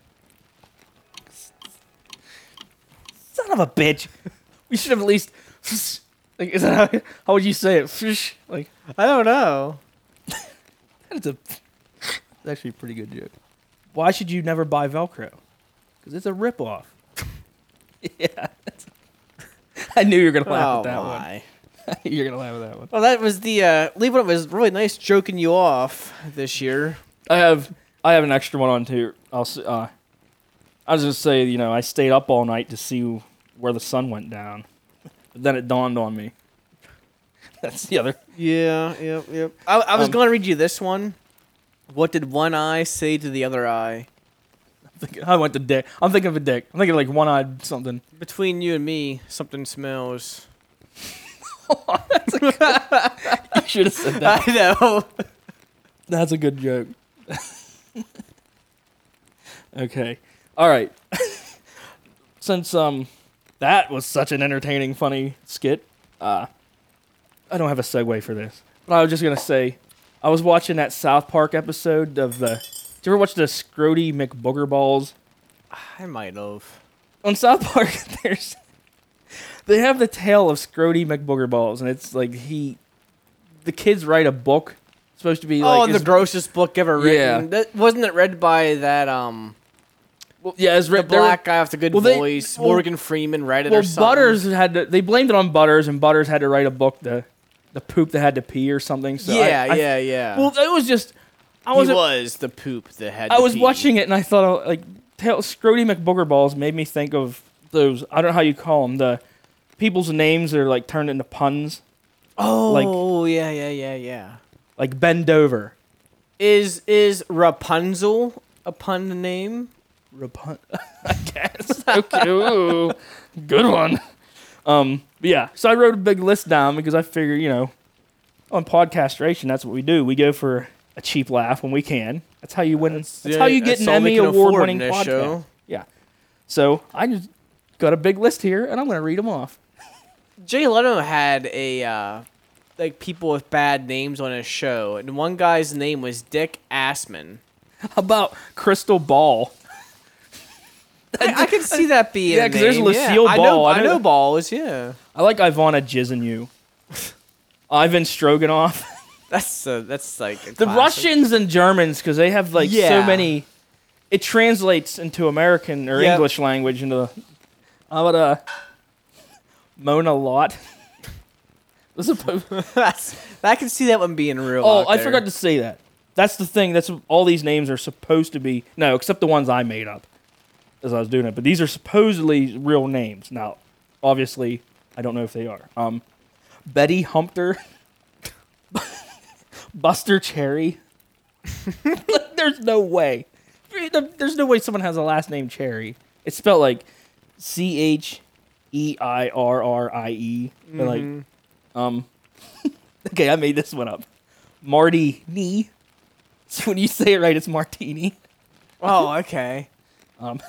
A: son of a bitch. We should have at least. Like, is that how, how would you say it? Fish. Like,
C: I don't know.
A: that's a. That's actually a pretty good joke. Why should you never buy Velcro? Because it's a ripoff. I knew you were gonna laugh
C: Oh
A: at that one.
C: my.
A: You're gonna laugh at that one.
C: Well, that was the uh, leave one was really nice joking you off this year.
A: I have I have an extra one on too. I'll s- uh, I was gonna say you know I stayed up all night to see where the sun went down, but then it dawned on me. That's the other.
C: Yeah, yep, yep. I, I was
A: Um,
C: going to read you this one. What did one eye say to the other eye?
A: I went to dick. I'm thinking of a dick. I'm thinking like one eyed something.
C: Between you and me, something smells.
A: I should have said that.
C: I know.
A: That's a good joke. okay. All right. Since um that was such an entertaining funny skit, uh I don't have a segue for this. But I was just going to say I was watching that South Park episode of the Did you ever watch the Scrody McBooger Balls?
C: I might have.
A: on South Park, there's they have the tale of Scrody McBooger Balls, and it's like he, the kids write a book. It's supposed to be
C: Oh,
A: like
C: the
A: it's-
C: grossest book ever
A: Yeah.
C: written. That, wasn't it read by that um
A: well, yeah, it's
C: the
A: writ- there were-
C: black guy with the good
A: well, they-
C: voice,
A: well-
C: Morgan Freeman, read it
A: Well,
C: or something?
A: Butters had to, they blamed it on Butters, and Butters had to write a book the the poop that had to pee or something. So I-
C: yeah,
A: I-
C: yeah, yeah.
A: Well, it was just I
C: he was,
A: wasn't
C: the poop that had.
A: I
C: to
A: was
C: pee.
A: watching it and I thought like tell, Scrody McBooger balls made me think of those. I don't know how you call them. The people's names are like turned into puns,
C: Oh, yeah, yeah, yeah, yeah.
A: like bend over.
C: Is is Rapunzel a pun name?
A: Rapun- I guess. okay. Ooh, good one. Um, but yeah. So I wrote a big list down because I figure, you know, on podcastration, that's what we do. We go for a cheap laugh when we can. That's how you win. That's,
C: yeah,
A: how you
C: that's
A: get an
C: all
A: Emmy
C: we can afford in
A: award winning
C: this
A: podcast.
C: show.
A: Yeah. So I just got a big list here, and I'm gonna read them off.
C: Jay Leno had a uh, like people with bad names on his show, and one guy's name was Dick Assman.
A: How about Crystal Ball?
C: I, I can see that being
A: Yeah,
C: a
A: 'cause there's
C: name, yeah.
A: Lucille
C: I know-
A: Ball. I
C: I know,
A: know-
C: balls. Yeah,
A: I like Ivana Jizzing you. Ivan Stroganoff.
C: that's uh, that's like a
A: the
C: classic.
A: Russians and Germans because they have like so
C: Yeah.
A: many. It translates into American or
C: Yep.
A: English language into. How about uh, Mona Lot? Was supposed-
C: That's- I can see that one being real.
A: oh,
C: out
A: I
C: there.
A: forgot to say that. That's the thing. That's all these names are supposed to be. No, except the ones I made up as I was doing it. But these are supposedly real names. Now, obviously, I don't know if they are. Um, Betty Humpter, Buster Cherry. Like, There's no way. There's no way someone has a last name Cherry. It's spelled like C H E I R R I E. But, Like, um, okay, I made this one up. Marty knee. So when you say it right, it's martini.
C: Oh, okay.
A: Um,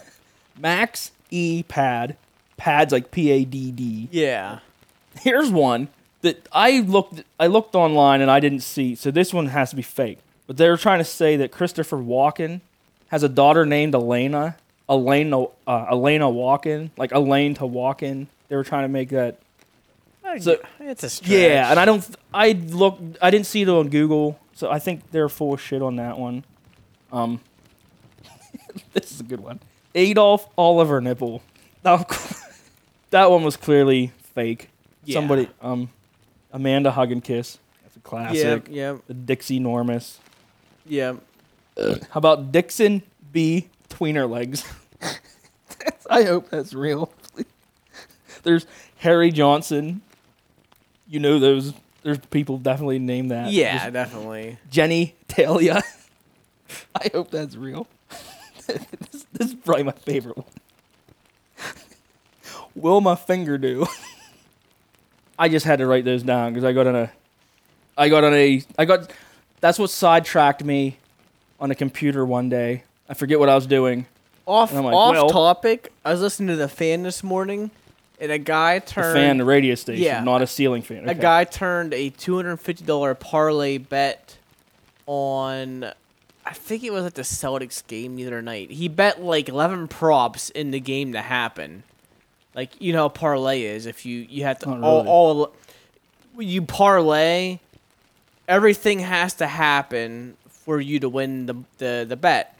A: Max E pad. Pads like P A D D.
C: Yeah.
A: Here's one that I looked I looked online and I didn't see. So this one has to be fake. But they were trying to say that Christopher Walken has a daughter named Elena. Elena uh, Elena Walken, like Elaine to Walken. They were trying to make that So-
C: it's a stretch.
A: Yeah, and I don't. I look. I didn't see it on Google, so I think they're full of shit on that one. Um, this is a good one. Adolf Oliver nipple. That, that one was clearly fake.
C: Yeah.
A: Somebody. Um, Amanda Hug and Kiss. That's a
C: Yeah,
A: classic.
C: yeah,
A: The Dixie Normus.
C: yeah.
A: How about Dixon B tweener legs? That's- I hope that's real. There's Harry Johnson. You know those. There's people definitely named that.
C: Yeah,
A: There's
C: definitely.
A: Jenny Talia. I hope that's real. this, this is probably my favorite one. Will my finger do? I just had to write those down because I got on a, I got on a, I got. That's what sidetracked me on a computer one day. I forget what I was doing.
C: Off
A: And I'm like,
C: off
A: well-
C: topic. I was listening to the fan this morning, and a guy
A: The
C: turned
A: fan, the radio station,
C: Yeah.
A: not a ceiling fan.
C: a
A: Okay.
C: guy turned a two hundred fifty dollar parlay bet on. I think it was at the Celtics game the other night. He bet like eleven props in the game to happen. Like you know how parlay is if you you have to
A: Not
C: all,
A: really.
C: all you parlay everything has to happen for you to win the the, the bet.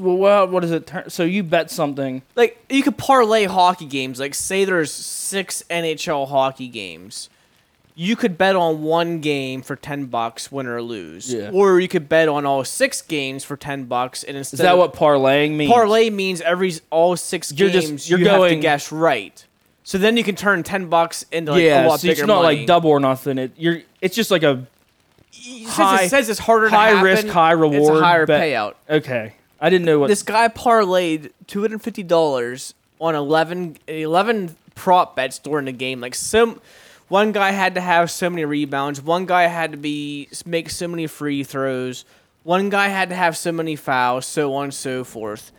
A: Well, well, what is it? Turn- So you bet something.
C: Like you could parlay hockey games. Like say there's six NHL hockey games. You could bet on one game for ten bucks, win or lose.
A: Yeah.
C: Or you could bet on all six games for ten bucks, and instead
A: Is that
C: of-
A: what parlaying means?
C: parlay means every all six
A: You're just-
C: games
A: you're
C: you have
A: going-
C: to guess right. So then you can turn ten bucks into like
A: yeah,
C: a lot
A: so
C: bigger
A: it's not
C: money.
A: like double or nothing. It you're. It's just like a
C: Since
A: high-
C: it says it's harder to
A: high
C: happen,
A: risk, high reward.
C: It's a higher
A: bet.
C: payout.
A: Okay, I didn't know what.
C: This guy parlayed two hundred and fifty dollars on 11, 11 prop bets during the game. Like some, one guy had to have so many rebounds. One guy had to be make so many free throws. One guy had to have so many fouls, so on and so forth.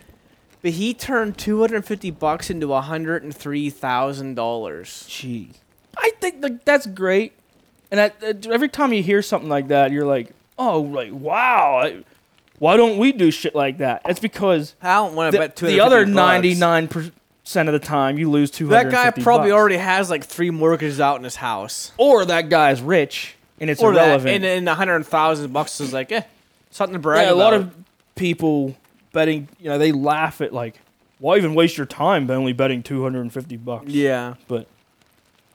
C: But he turned two hundred and fifty bucks into hundred and three thousand dollars.
A: Gee, I think like that's great. And I, uh, every time you hear something like that, you're like, oh, like wow. I- why don't we do shit like that? It's because
C: I don't want to
A: the,
C: bet two.
A: the other ninety nine percent of the time you lose two
C: That
A: hundred.
C: guy probably already has like three mortgages out in his house,
A: or that guy's rich and it's
C: or
A: irrelevant.
C: that, and and a hundred thousand bucks is like, eh, something to brag
A: yeah, a
C: about.
A: lot of people betting, you know, they laugh at like, why even waste your time by only betting two hundred and fifty bucks?
C: yeah,
A: but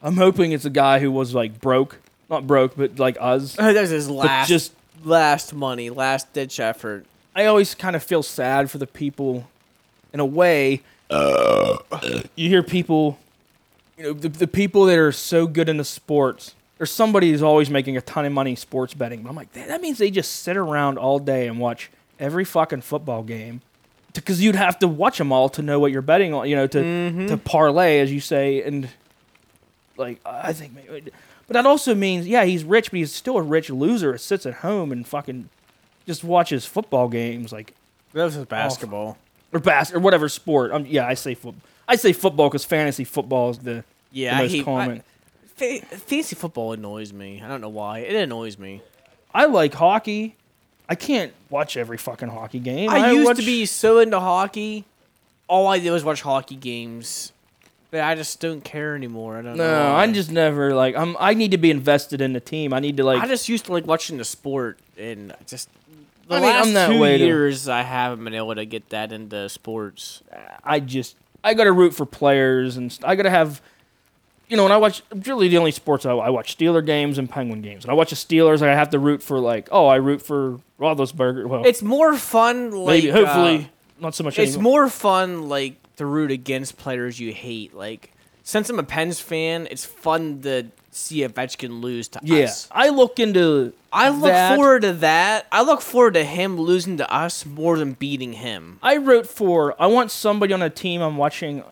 A: I'm hoping it's a guy who was like broke, not broke, but like us.
C: that was his last,
A: just-
C: just last money, last ditch effort.
A: I always kind of feel sad for the people in a way. you hear people, you know, the, the people that are so good into sports, or somebody who's always making a ton of money sports betting. But I'm like, that, that means they just sit around all day and watch every fucking football game. Because you'd have to watch them all to know what you're betting on, you know, to, to parlay, as you say. And like, I I think, maybe, but that also means, yeah, he's rich, but he's still a rich loser. It sits at home and fucking just watches football games, like
C: That was his basketball.
A: or bas or whatever sport. Um, yeah, I say football. I say football because fantasy football is the
C: Yeah,
A: the
C: I
A: most
C: hate-
A: common.
C: Fa- fancy football annoys me. I don't know why. It annoys me.
A: I, like hockey. I can't watch every fucking hockey game.
C: I, used
A: watch-
C: to be so into hockey. All I did was watch hockey games, but I just don't care anymore. I don't know.
A: No,
C: why.
A: I'm just never like I'm. I need to be invested in the team. I need to like.
C: I just used to like watching the sport, and just the
A: I mean,
C: last
A: I'm that
C: two
A: way too.
C: years I haven't been able to get that into sports.
A: I just I gotta root for players and st- I gotta have you know when I watch really the only sports I, I watch Steeler games and Penguin games and I watch the Steelers like I have to root for like oh I root for Roethlisberger well
C: It's more fun, like
A: maybe hopefully
C: uh,
A: not so much
C: it's
A: anymore.
C: more fun like to root against players you hate. Like since I'm a Pens fan, it's fun to see Ovechkin lose to
A: yeah
C: us.
A: I look into
C: I look
A: that.
C: forward to that. I look forward to him losing to us more than beating him.
A: I root for I want somebody on a team I'm watching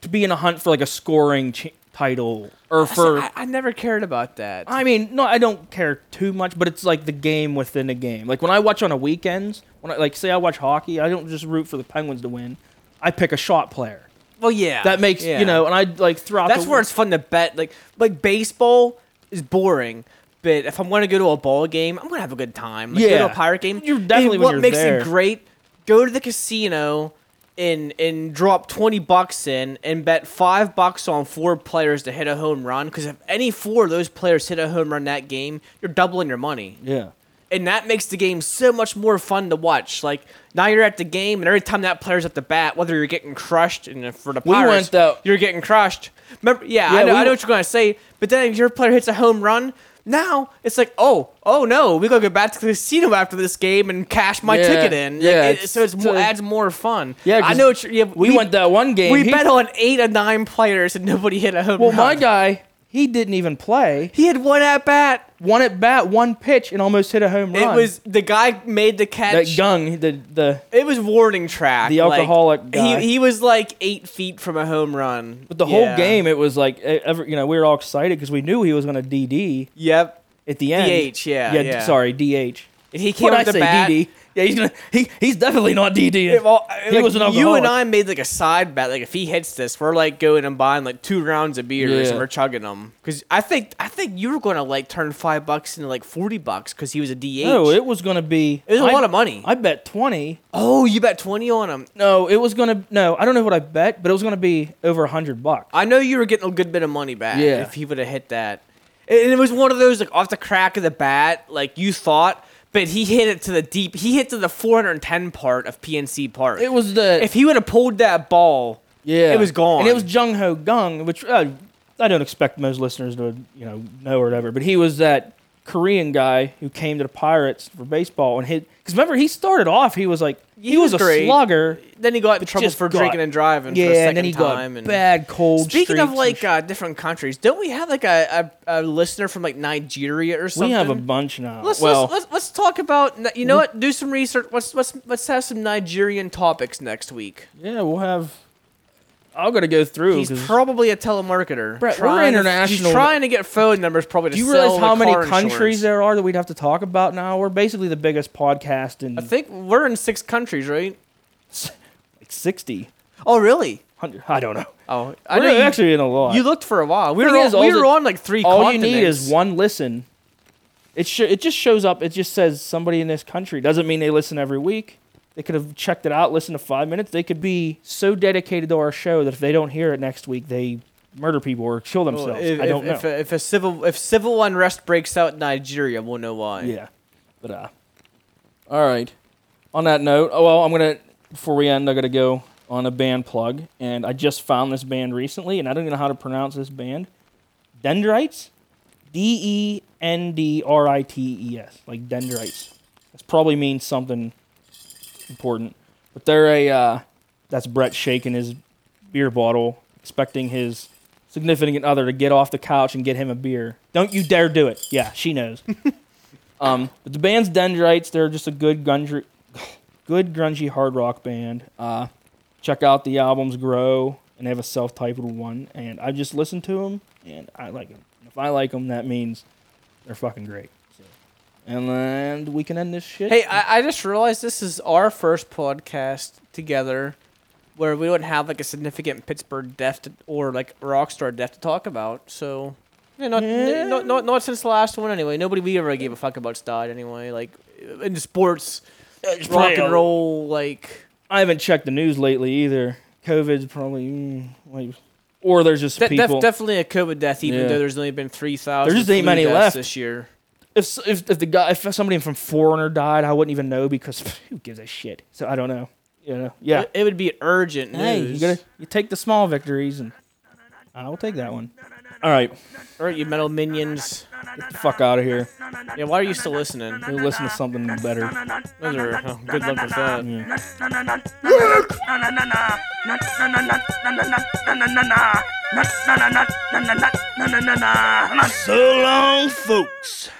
A: to be in a hunt for like a scoring ch- title or for
C: I, I never cared about that.
A: I mean, no, I don't care too much, but it's like the game within a game. Like when I watch on a weekends, when I like say I watch hockey, I don't just root for the Penguins to win. I pick a shot player.
C: well, yeah,
A: That makes you
C: Uh, yeah.
A: know, and I like throughout.
C: That's
A: the,
C: where it's fun to bet. Like like baseball is boring, but if I'm going to go to a ball game, I'm going to have a good time. Like, go
A: Yeah.
C: to a pirate game.
A: You're definitely
C: and
A: when
C: what
A: you're
C: makes
A: there.
C: it great. Go to the casino and and drop twenty bucks in and bet five bucks on four players to hit a home run. Because if any four of those players hit a home run that game, you're doubling your money
A: yeah.
C: and that makes the game so much more fun to watch. Like now you're at the game, and every time that player's at the bat, whether you're getting crushed, and if for the
A: We went
C: Pirates,
A: the-
C: you're getting crushed. Remember, yeah,
A: Yeah,
C: I know,
A: we
C: I
A: went-
C: know what you're gonna say, but then if your player hits a home run. Now it's like, oh, oh no, we gotta go back to the casino after this game and cash my
A: Yeah,
C: ticket in. Like,
A: yeah,
C: it-
A: it's-
C: so it's more
A: it's a-
C: adds more fun.
A: Yeah,
C: I
A: 'cause
C: know. It's, yeah,
A: we went that one game,
C: We
A: he-
C: bet on eight or nine players and nobody hit a home
A: Well,
C: run.
A: my guy, he didn't even play.
C: he had one at bat.
A: One at bat, one pitch, and almost hit a home run.
C: It was the guy made the catch.
A: that gung. The the
C: It was warning track.
A: The
C: like,
A: alcoholic guy.
C: He, he was like eight feet from a home run.
A: but the
C: Yeah.
A: whole game, it was like eh, every, you know we were all excited because we knew he was going to DD
C: Yep.
A: at the end.
C: DH, yeah,
A: yeah.
C: yeah.
A: Sorry, DH.
C: And he came
A: What I
C: up the
A: say,
C: bat.
A: DD? Yeah, he's gonna. He, he's definitely not DD.
C: It- well,
A: he
C: like,
A: was an
C: You and
A: alcoholic.
C: I made like a side bet. Like if he hits this, we're like going and buying like two rounds of beers
A: Yeah.
C: and we're chugging them. Because I think I think you were going to like turn five bucks into like forty bucks because he was a DH.
A: No, it was gonna be.
C: It was
A: a
C: a lot of money.
A: I bet twenty.
C: oh, you bet twenty on him.
A: No, it was gonna. No, I don't know what I bet, but it was gonna be over a hundred bucks.
C: I know you were getting a good bit of money back
A: Yeah.
C: if he would have hit that. And and it was one of those like off the crack of the bat, like you thought, but he hit it to the deep. He hit to the 410 part of PNC Park.
A: It was the
C: if he would have pulled that ball,
A: yeah.
C: it was gone.
A: And it was Jung Ho Gung, which uh, I don't expect most listeners to you know know or whatever. But he was that Korean guy who came to the Pirates for baseball and hit. Because remember, he started off. He was like he, was,
C: was
A: a
C: great.
A: slugger.
C: Then he got in trouble
A: just
C: for
A: got-
C: drinking and driving
A: Yeah,
C: for a second
A: and then he
C: time.
A: got
C: and
A: bad cold.
C: Speaking
A: streaks
C: of
A: and
C: like
A: sh-
C: uh, different countries, don't we have like a, a, a listener from like Nigeria or uh, something?
A: we have a bunch now.
C: Let's,
A: well,
C: let's, let's let's talk about Ni- you know what? Do some research. Let's let's let's have some Nigerian topics next week.
A: yeah, we'll have. I'm gonna go through.
C: He's
A: 'cause-
C: probably a telemarketer.
A: Brett, we're
C: trying to-
A: international.
C: He's trying to get phone numbers. Probably. To
A: do you
C: sell
A: realize
C: the
A: how many
C: car
A: countries
C: insurance.
A: there are that we'd have to talk about now? We're basically the biggest podcast in
C: I think we're in six countries, right?
A: like 60,
C: Oh, really?
A: 100, I don't know.
C: Oh, I
A: I
C: know
A: we're
C: you,
A: actually in a lot.
C: you looked for a while. We
A: Thing
C: were, on,
A: is, all
C: we were
A: the-
C: on like three.
A: all you need
C: continents.
A: is one listen. It sh- it just shows up. It just says somebody in this country. Doesn't mean they listen every week. They could have checked it out, listened to five minutes. They could be so dedicated to our show that if they don't hear it next week, they murder people or kill
C: Well,
A: themselves.
C: if,
A: I don't
C: if, If
A: know.
C: a, if a civil if civil unrest breaks out in Nigeria, we'll know why.
A: yeah, but uh, all right. On that note, oh well, I'm gonna before we end, I'm gonna go on a band plug, and I just found this band recently, and I don't even know how to pronounce this band. Dendrites? D E N D R I T E S, like dendrites. This probably means something important. But they're a, uh, that's Brett shaking his beer bottle, expecting his significant other to get off the couch and get him a beer. Don't you dare do it. Yeah, she knows. um, but the band's dendrites. They're just a good grungy, good grungy hard rock band. Uh, check out the albums grow and they have a self-titled one and i've just listened to them and i like them if i like them that means they're fucking great so, and then we can end this shit
C: Hey, I, I just realized this is our first podcast together where we don't have like a significant Pittsburgh death to, or like rock star death to talk about. So, yeah, not, n- not not not since the last one anyway. Nobody we ever gave a fuck about's died anyway. Like in sports, rock and uh, roll, like
A: i haven't checked the news lately either covid's probably mm, like or there's just
C: de- def-
A: people
C: definitely a COVID death. Even
A: Yeah.
C: though there's only been three thousand.
A: There just ain't many left.
C: this year.
A: if, s- if if the guy if somebody from foreigner died i wouldn't even know because who gives a shit so i don't know you know yeah
C: It, it would be urgent news.
A: hey you gotta you take the small victories and i'll take that one all right
C: All right, you metal minions.
A: get the fuck out of here
C: Yeah, why are you still listening?
A: Go listen to something better.
C: Those are, oh, good luck with that.
A: Yeah.
G: So long, folks.